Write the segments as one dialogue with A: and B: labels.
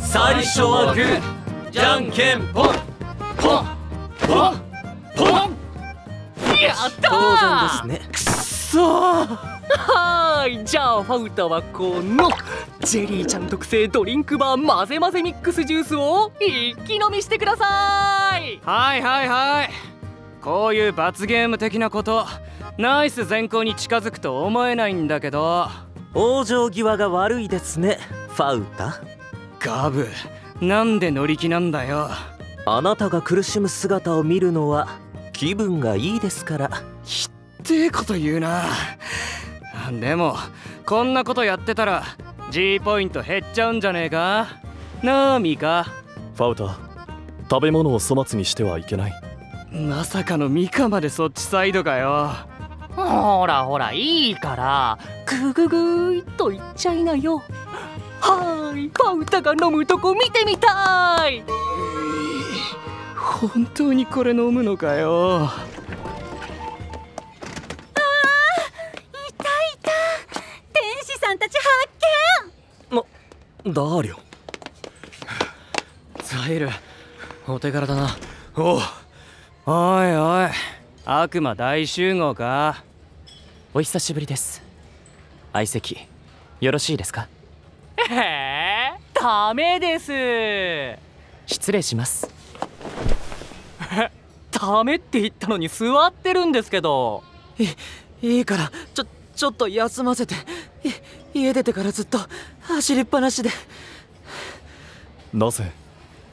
A: 最初はグーじゃんけんポンポンポンポン
B: やった
C: 当
B: ー
C: 然ですね
B: はーいじゃあファウタはこのジェリーちゃん特製ドリンクバー混ぜ混ぜミックスジュースを一気飲みしてください
D: はいはいはいこういう罰ゲーム的なことナイス善行に近づくと思えないんだけど
C: 往生際が悪いですねファウタ
D: ガブなんで乗り気なんだよ
C: あなたが苦しむ姿を見るのは気分がいいですから
D: ってこと言うなでもこんなことやってたら G ポイント減っちゃうんじゃねえかなあミカ
E: ファウタ食べ物を粗末にしてはいけない
D: まさかのミカまでそっちサイドかよ
B: ほらほらいいからグググーっと言っちゃいなよはーいパウタが飲むとこ見てみたい
D: 本当にこれ飲むのかよ
F: 天使さんたち発
C: ダ
F: 見
C: ーリョ
A: ザイルお手柄だな
D: おおいおい悪魔大集合か
A: お久しぶりです相席よろしいですか
B: へえダメです
A: 失礼します
B: ダメって言ったのに座ってるんですけど
C: いいからちょちょっと休ませてい家出てからずっと走りっぱなしで
E: なぜ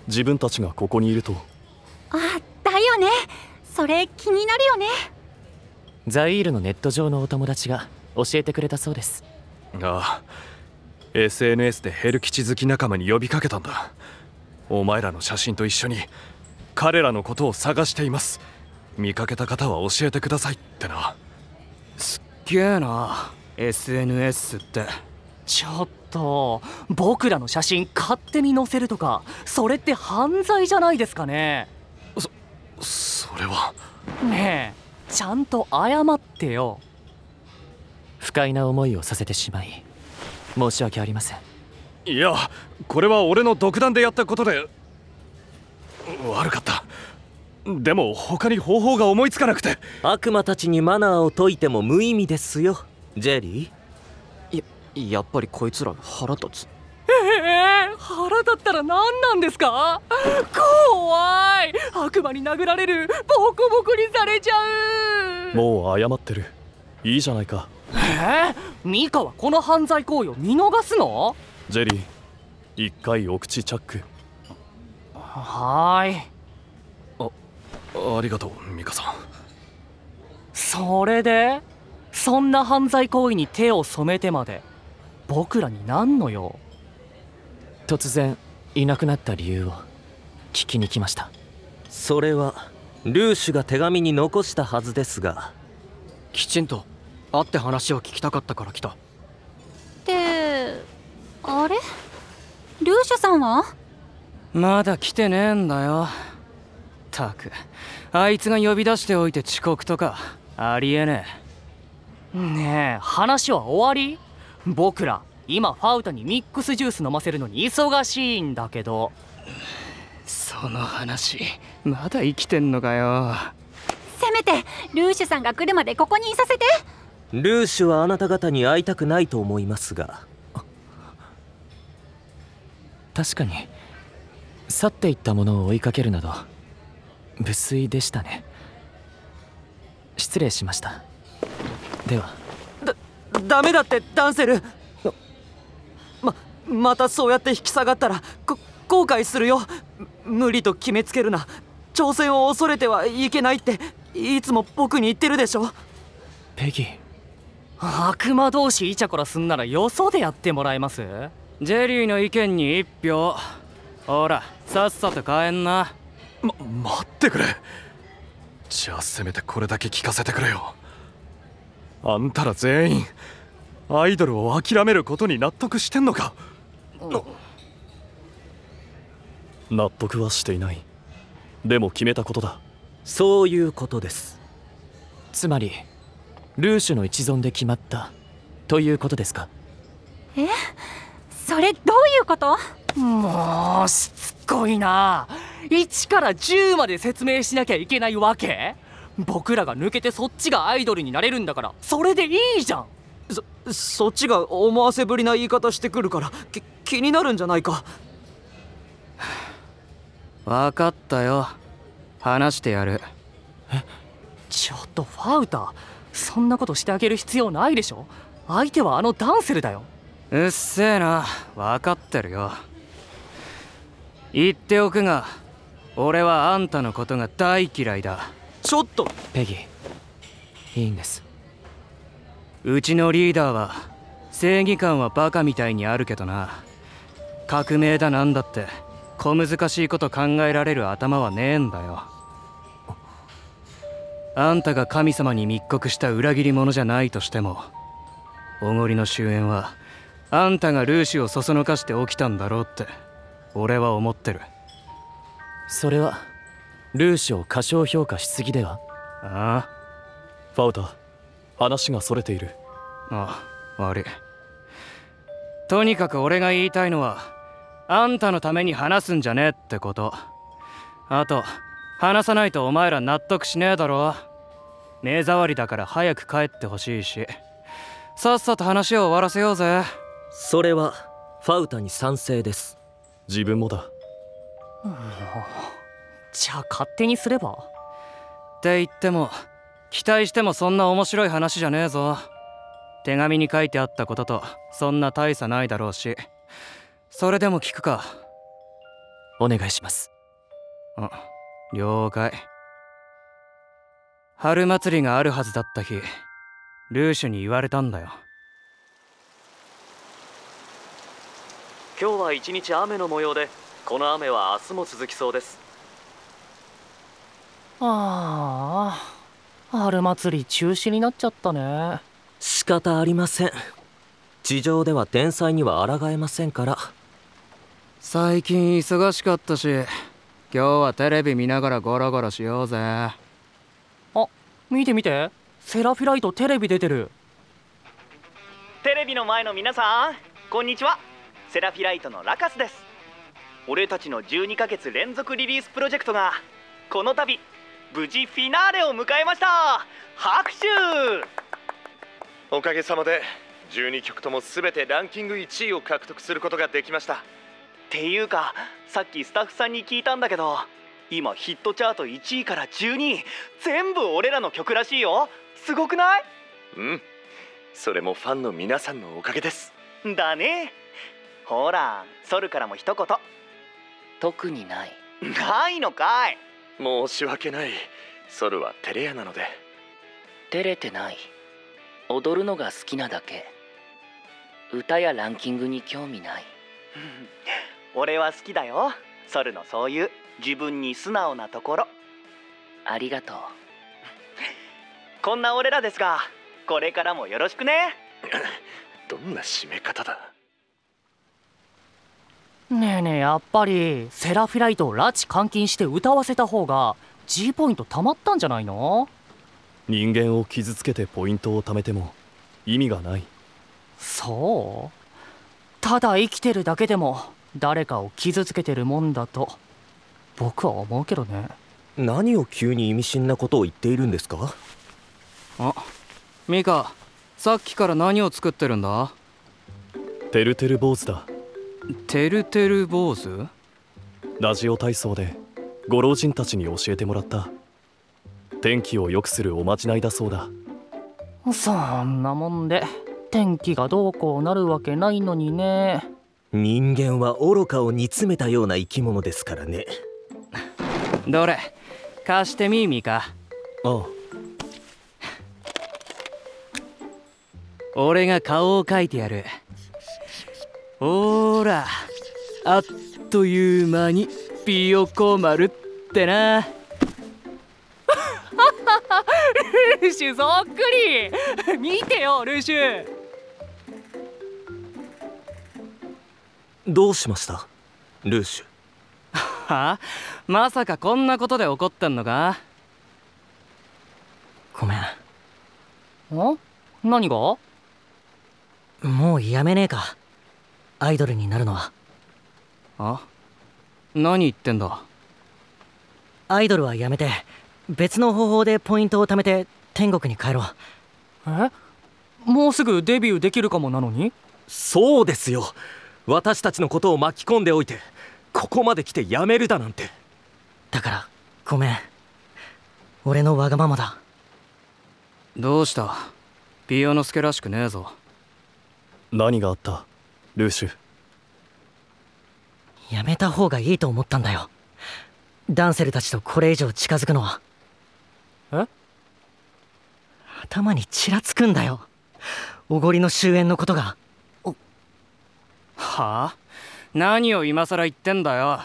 E: 自分たちがここにいると
F: あだよねそれ気になるよね
A: ザイールのネット上のお友達が教えてくれたそうです
E: ああ SNS でヘル基地好き仲間に呼びかけたんだお前らの写真と一緒に彼らのことを探しています見かけた方は教えてくださいってな
D: げえな SNS って
B: ちょっと僕らの写真勝手に載せるとかそれって犯罪じゃないですかね
E: それは
B: ねえちゃんと謝ってよ
A: 不快な思いをさせてしまい申し訳ありません
E: いやこれは俺の独断でやったことで悪かったでも他に方法が思いつかなくて
C: 悪魔たちにマナーを解いても無意味ですよジェリ
A: やっぱりこいつら腹立つ
B: えー、腹立ったら何なんですか怖い悪魔に殴られるボコボコにされちゃう
E: もう謝ってるいいじゃないか
B: えー、ミカはこの犯罪行為を見逃すの
E: ジェリー一回お口チャック
B: はーい
E: ありがとうミカさん
B: それでそんな犯罪行為に手を染めてまで僕らになんのよ
A: 突然いなくなった理由を聞きに来ました
C: ーそれはルーシュが手紙に残したはずですが
A: きちんと会って話を聞きたかったから来た
F: ってあれルーシュさんは
D: まだ来てねえんだよたくあいつが呼び出しておいて遅刻とかありえね
B: ねえ話は終わり僕ら今ファウタにミックスジュース飲ませるのに忙しいんだけど
D: えその話まだ生きてんのかよ
F: せめてルーシュさんが来るまでここにいさせて
C: ルーシュはあなた方に会いたくないと思いますが
A: 確かに去っていったものを追いかけるなど無粋でしたね失礼しましたでは
C: ダメだってダンセルままたそうやって引き下がったらこ後悔するよ無理と決めつけるな挑戦を恐れてはいけないっていつも僕に言ってるでしょ
A: ペギー
B: 悪魔同士イチャコラすんならよそでやってもらえます
D: ジェリーの意見に一票ほらさっさと帰んな
E: ま待ってくれじゃあせめてこれだけ聞かせてくれよあんたら全員アイドルを諦めることに納得してんのか納得はしていないでも決めたことだ
C: そういうことです
A: つまりルーシュの一存で決まったということですか
F: それどういうこと
G: もうしつこいな1から10まで説明しなきゃいけないわけ僕らが抜けてそっちがアイドルになれるんだからそれでいいじゃん
H: そそっちが思わせぶりな言い方してくるからき気になるんじゃないか
B: 分かったよ話してやる
G: ちょっとファウターそんなことしてあげる必要ないでしょ相手はあのダンセルだよ
B: うっせえな分かってるよ言っておくが俺はあんたのことが大嫌いだ
H: ちょっと
A: ペギーいいんです
B: うちのリーダーは正義感はバカみたいにあるけどな革命だなんだって小難しいこと考えられる頭はねえんだよあんたが神様に密告した裏切り者じゃないとしてもおごりの終焉はあんたがルーシをそそのかして起きたんだろうって俺は思ってる
A: それはルーシを過小評価しすぎでは
B: あ
E: ファウター話がそれている
B: あああ悪いとにかく俺が言いたいのはあんたのために話すんじゃねえってことあと話さないとお前ら納得しねえだろ目障りだから早く帰ってほしいしさっさと話を終わらせようぜ
C: それはファウタに賛成です
E: 自分もだ
G: じゃあ勝手にすれば
B: って言っても期待してもそんな面白い話じゃねえぞ手紙に書いてあったこととそんな大差ないだろうしそれでも聞くか
A: お願いします
B: あ了解春祭りがあるはずだった日ルーシュに言われたんだよ
H: 今日は一日雨の模様でこの雨は明日も続きそうです
G: ああ春祭り中止になっちゃったね
C: 仕方ありません地上では天才には抗えませんから
B: 最近忙しかったし今日はテレビ見ながらゴロゴロしようぜ
G: 見て見てセラフィライトテレビ出てる
I: テレビの前の皆さんこんにちはセラフィライトのラカスです俺たちの12ヶ月連続リリースプロジェクトがこの度無事フィナーレを迎えました拍手
J: おかげさまで12曲とも全てランキング1位を獲得することができました
I: っていうかさっきスタッフさんに聞いたんだけど今ヒットチャート1位から12位全部俺らの曲らしいよすごくない
J: うんそれもファンの皆さんのおかげです
I: だねほらソルからも一言
G: 特にない
I: ないのかい
J: 申し訳ないソルはテレアなので
G: 照れてない踊るのが好きなだけ歌やランキングに興味ない
I: 俺は好きだよソルのそういう自分に素直なところ
G: ありがとう
I: こんな俺らですがこれからもよろしくね
J: どんな締め方だ
G: ねえねえやっぱりセラフィライトを拉致監禁して歌わせた方が G ポイント貯まったんじゃないの
E: 人間を傷つけてポイントを貯めても意味がない
G: そうただ生きてるだけでも誰かを傷つけてるもんだと僕は思うけどね
C: 何を急に意味深なことを言っているんですか
B: あミカさっきから何を作ってるんだ
E: てるてる坊主だ
B: てるてる坊主
E: ラジオ体操でご老人たちに教えてもらった天気を良くするおまじないだそうだ
G: そんなもんで天気がどうこうなるわけないのにね
C: 人間は愚かを煮詰めたような生き物ですからね
B: どれ貸してみミカ
E: ああ
B: 俺が顔を描いてやるほーらあっという間にピヨコ丸ってな
G: ルシュそっくり 見てよルシュ
C: どうしましたルーシュ
B: はまさかこんなことで怒ってんのか
A: ごめん
G: ん何が
A: もうやめねえかアイドルになるのは
B: あ何言ってんだ
K: アイドルはやめて別の方法でポイントを貯めて天国に帰ろう
G: えもうすぐデビューできるかもなのに
C: そうですよ私たちのことを巻き込んでおいてここまで来てやめるだなんて
K: だからごめん俺のわがままだ
B: どうしたピオノスケらしくねえぞ
E: 何があったルーシュ
K: やめた方がいいと思ったんだよダンセルたちとこれ以上近づくのは
G: え
K: 頭にちらつくんだよおごりの終焉のことが
B: はあ何を今更言ってんだよ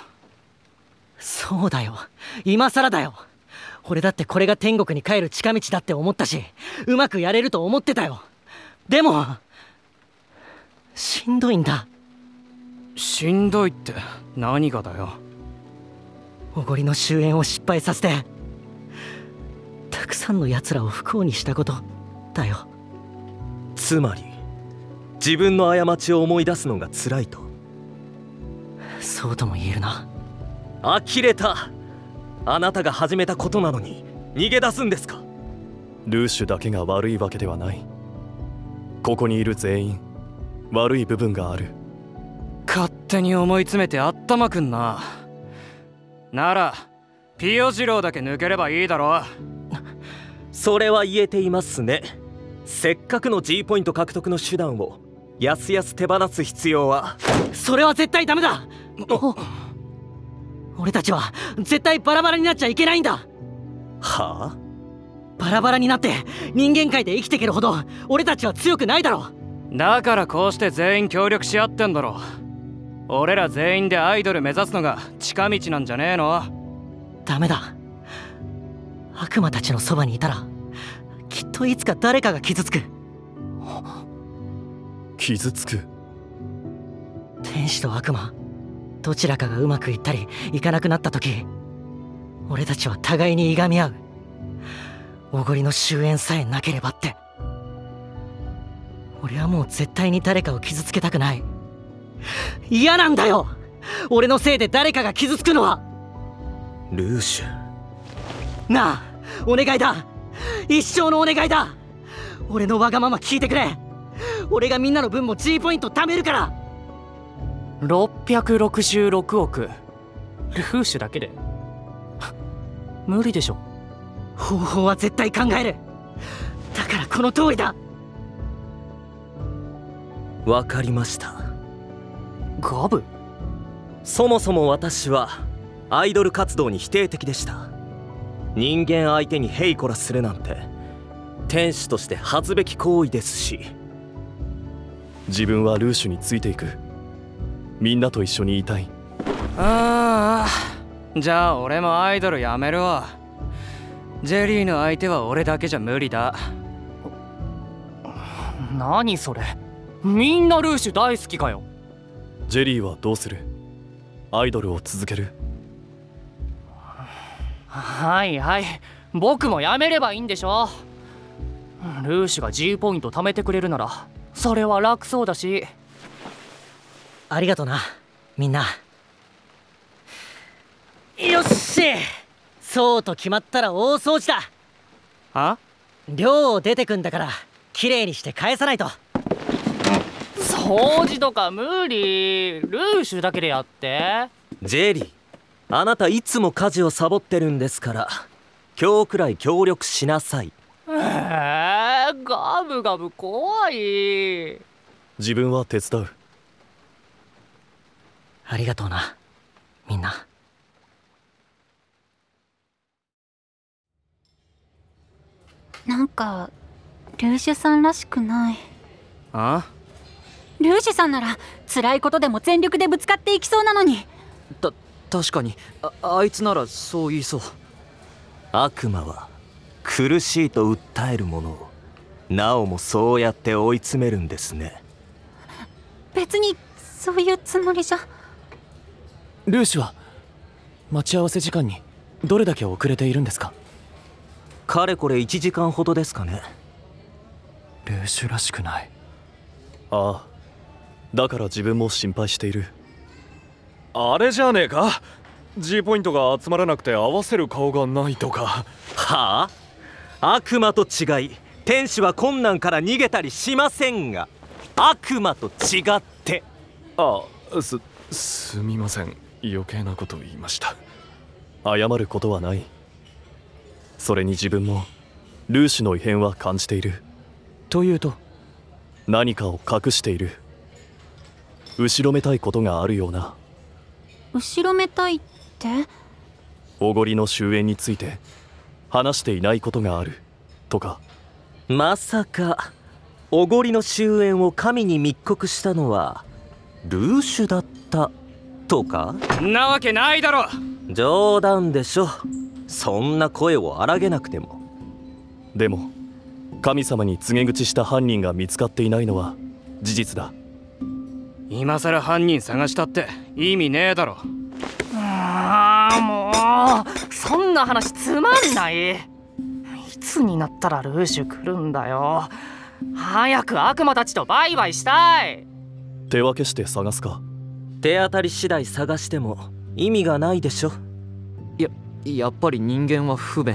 K: そうだよ今更だよ俺だってこれが天国に帰る近道だって思ったしうまくやれると思ってたよでもしんどいんだ
B: しんどいって何がだよ
K: おごりの終焉を失敗させてたくさんの奴らを不幸にしたことだよ
C: つまり自分の過ちを思い出すのが辛いと
K: そうとも言えるな
C: 呆れたあなたが始めたことなのに逃げ出すんですか
E: ルーシュだけが悪いわけではないここにいる全員悪い部分がある
B: 勝手に思い詰めてあったまくんなならピオジローだけ抜ければいいだろ
C: それは言えていますねせっかくの G ポイント獲得の手段をやすやす手放す必要は
K: それは絶対ダメだ俺たちは絶対バラバラになっちゃいけないんだ
C: はあ
K: バラバラになって人間界で生きていけるほど俺たちは強くないだろ
B: だからこうして全員協力し合ってんだろ俺ら全員でアイドル目指すのが近道なんじゃねえの
K: ダメだ悪魔たちのそばにいたらきっといつか誰かが傷つく
E: 傷つく
K: 天使と悪魔どちらかがうまくいったりいかなくなった時俺たちは互いにいがみ合うおごりの終焉さえなければって俺はもう絶対に誰かを傷つけたくない嫌なんだよ俺のせいで誰かが傷つくのは
C: ルーシュ
K: なあお願いだ一生のお願いだ俺のわがまま聞いてくれ俺がみんなの分も G ポイント貯めるから
G: 666億ルフーシュだけで 無理でしょ
K: 方法は絶対考えるだからこの通りだ
C: わかりました
G: ガブ
C: そもそも私はアイドル活動に否定的でした人間相手にヘイコラするなんて天使として恥ずべき行為ですし
E: 自分はルーシュについていくみんなと一緒にいたい
B: ああじゃあ俺もアイドルやめるわジェリーの相手は俺だけじゃ無理だ
G: 何それみんなルーシュ大好きかよ
E: ジェリーはどうするアイドルを続ける
G: はいはい僕もやめればいいんでしょルーシュが G ポイント貯めてくれるならそれは楽そうだし
K: ありがとなみんなよっしそうと決まったら大掃除だ
B: あ
K: 寮を出てくんだから綺麗にして返さないと
G: 掃除とか無理ルーシュだけでやって
C: ジェリーあなたいつも家事をサボってるんですから今日くらい協力しなさい
G: えー、ガブガブ怖い
E: 自分は手伝う
K: ありがとうなみんな
F: なんかルーシュさんらしくない
B: あ
F: ルーシュさんなら辛いことでも全力でぶつかっていきそうなのに
H: た確かにああいつならそう言いそう
C: 悪魔は苦しいと訴えるものをなおもそうやって追い詰めるんですね
F: 別にそういうつもりじゃ
A: ルーシュは待ち合わせ時間にどれだけ遅れているんですか
C: かれこれ1時間ほどですかね
A: ルーシュらしくない
E: ああだから自分も心配しているあれじゃねえか G ポイントが集まらなくて合わせる顔がないとか
C: はあ悪魔と違い天使は困難から逃げたりしませんが悪魔と違って
E: あすすみません余計なことを言いました
L: 謝ることはないそれに自分もルーシュの異変は感じている
A: というと
L: 何かを隠している後ろめたいことがあるような
F: 後ろめたいって
L: おごりの終焉について話していないことがあるとか
C: まさかおごりの終焉を神に密告したのはルーシュだったとか
B: なわけないだろ
C: 冗談でしょそんな声を荒げなくても
L: でも神様に告げ口した犯人が見つかっていないのは事実だ
B: 今さら犯人探したって意味ねえだろ
G: ああもうそんな話つまんないいつになったらルーシュ来るんだよ早く悪魔たちとバイバイしたい
L: 手分けして探すか
C: 手当たり次第探しても意味がないでしょ
H: ややっぱり人間は不便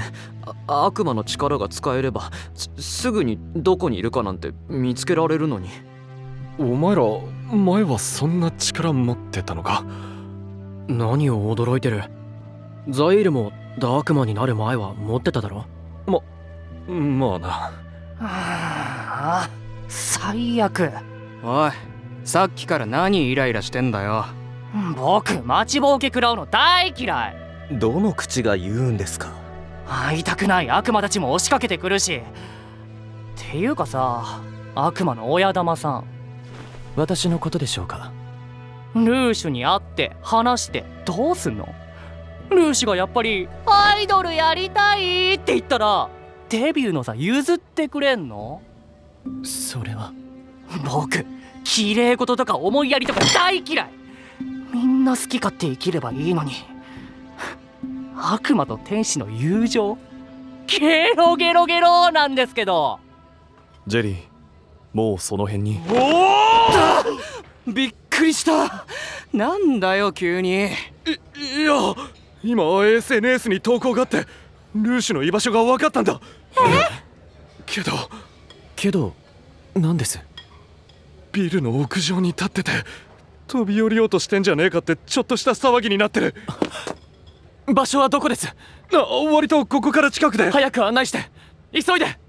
H: あ悪魔の力が使えればすぐにどこにいるかなんて見つけられるのに
E: お前ら前はそんな力持ってたのか
M: 何を驚いてるザイールもダークマンになる前は持ってただろ
E: ままあな
G: ああ最悪
B: おいさっきから何イライラしてんだよ
G: 僕待ちぼうけ食らうの大嫌い
C: どの口が言うんですか
G: 会いたくない悪魔たちも押しかけてくるしていうかさ悪魔の親玉さん
A: 私のことでしょうか
G: ルーシュに会って話してどうすんのルーシュがやっぱり「アイドルやりたい!」って言ったらデビューのさ譲ってくれんの
A: それは
G: 僕綺麗事とか思いやりとか大嫌いみんな好き勝手生きればいいのに悪魔と天使の友情ゲロゲロゲロなんですけど
L: ジェリーもうその辺に
B: おおびっくりしたなんだよ急に
E: いいや今 SNS に投稿があってルーシュの居場所が分かったんだけど
A: けど何です
E: ビルの屋上に立ってて飛び降りようとしてんじゃねえかってちょっとした騒ぎになってる
A: 場所はどこです
E: あ割とここから近くで
A: 早く案内して急いで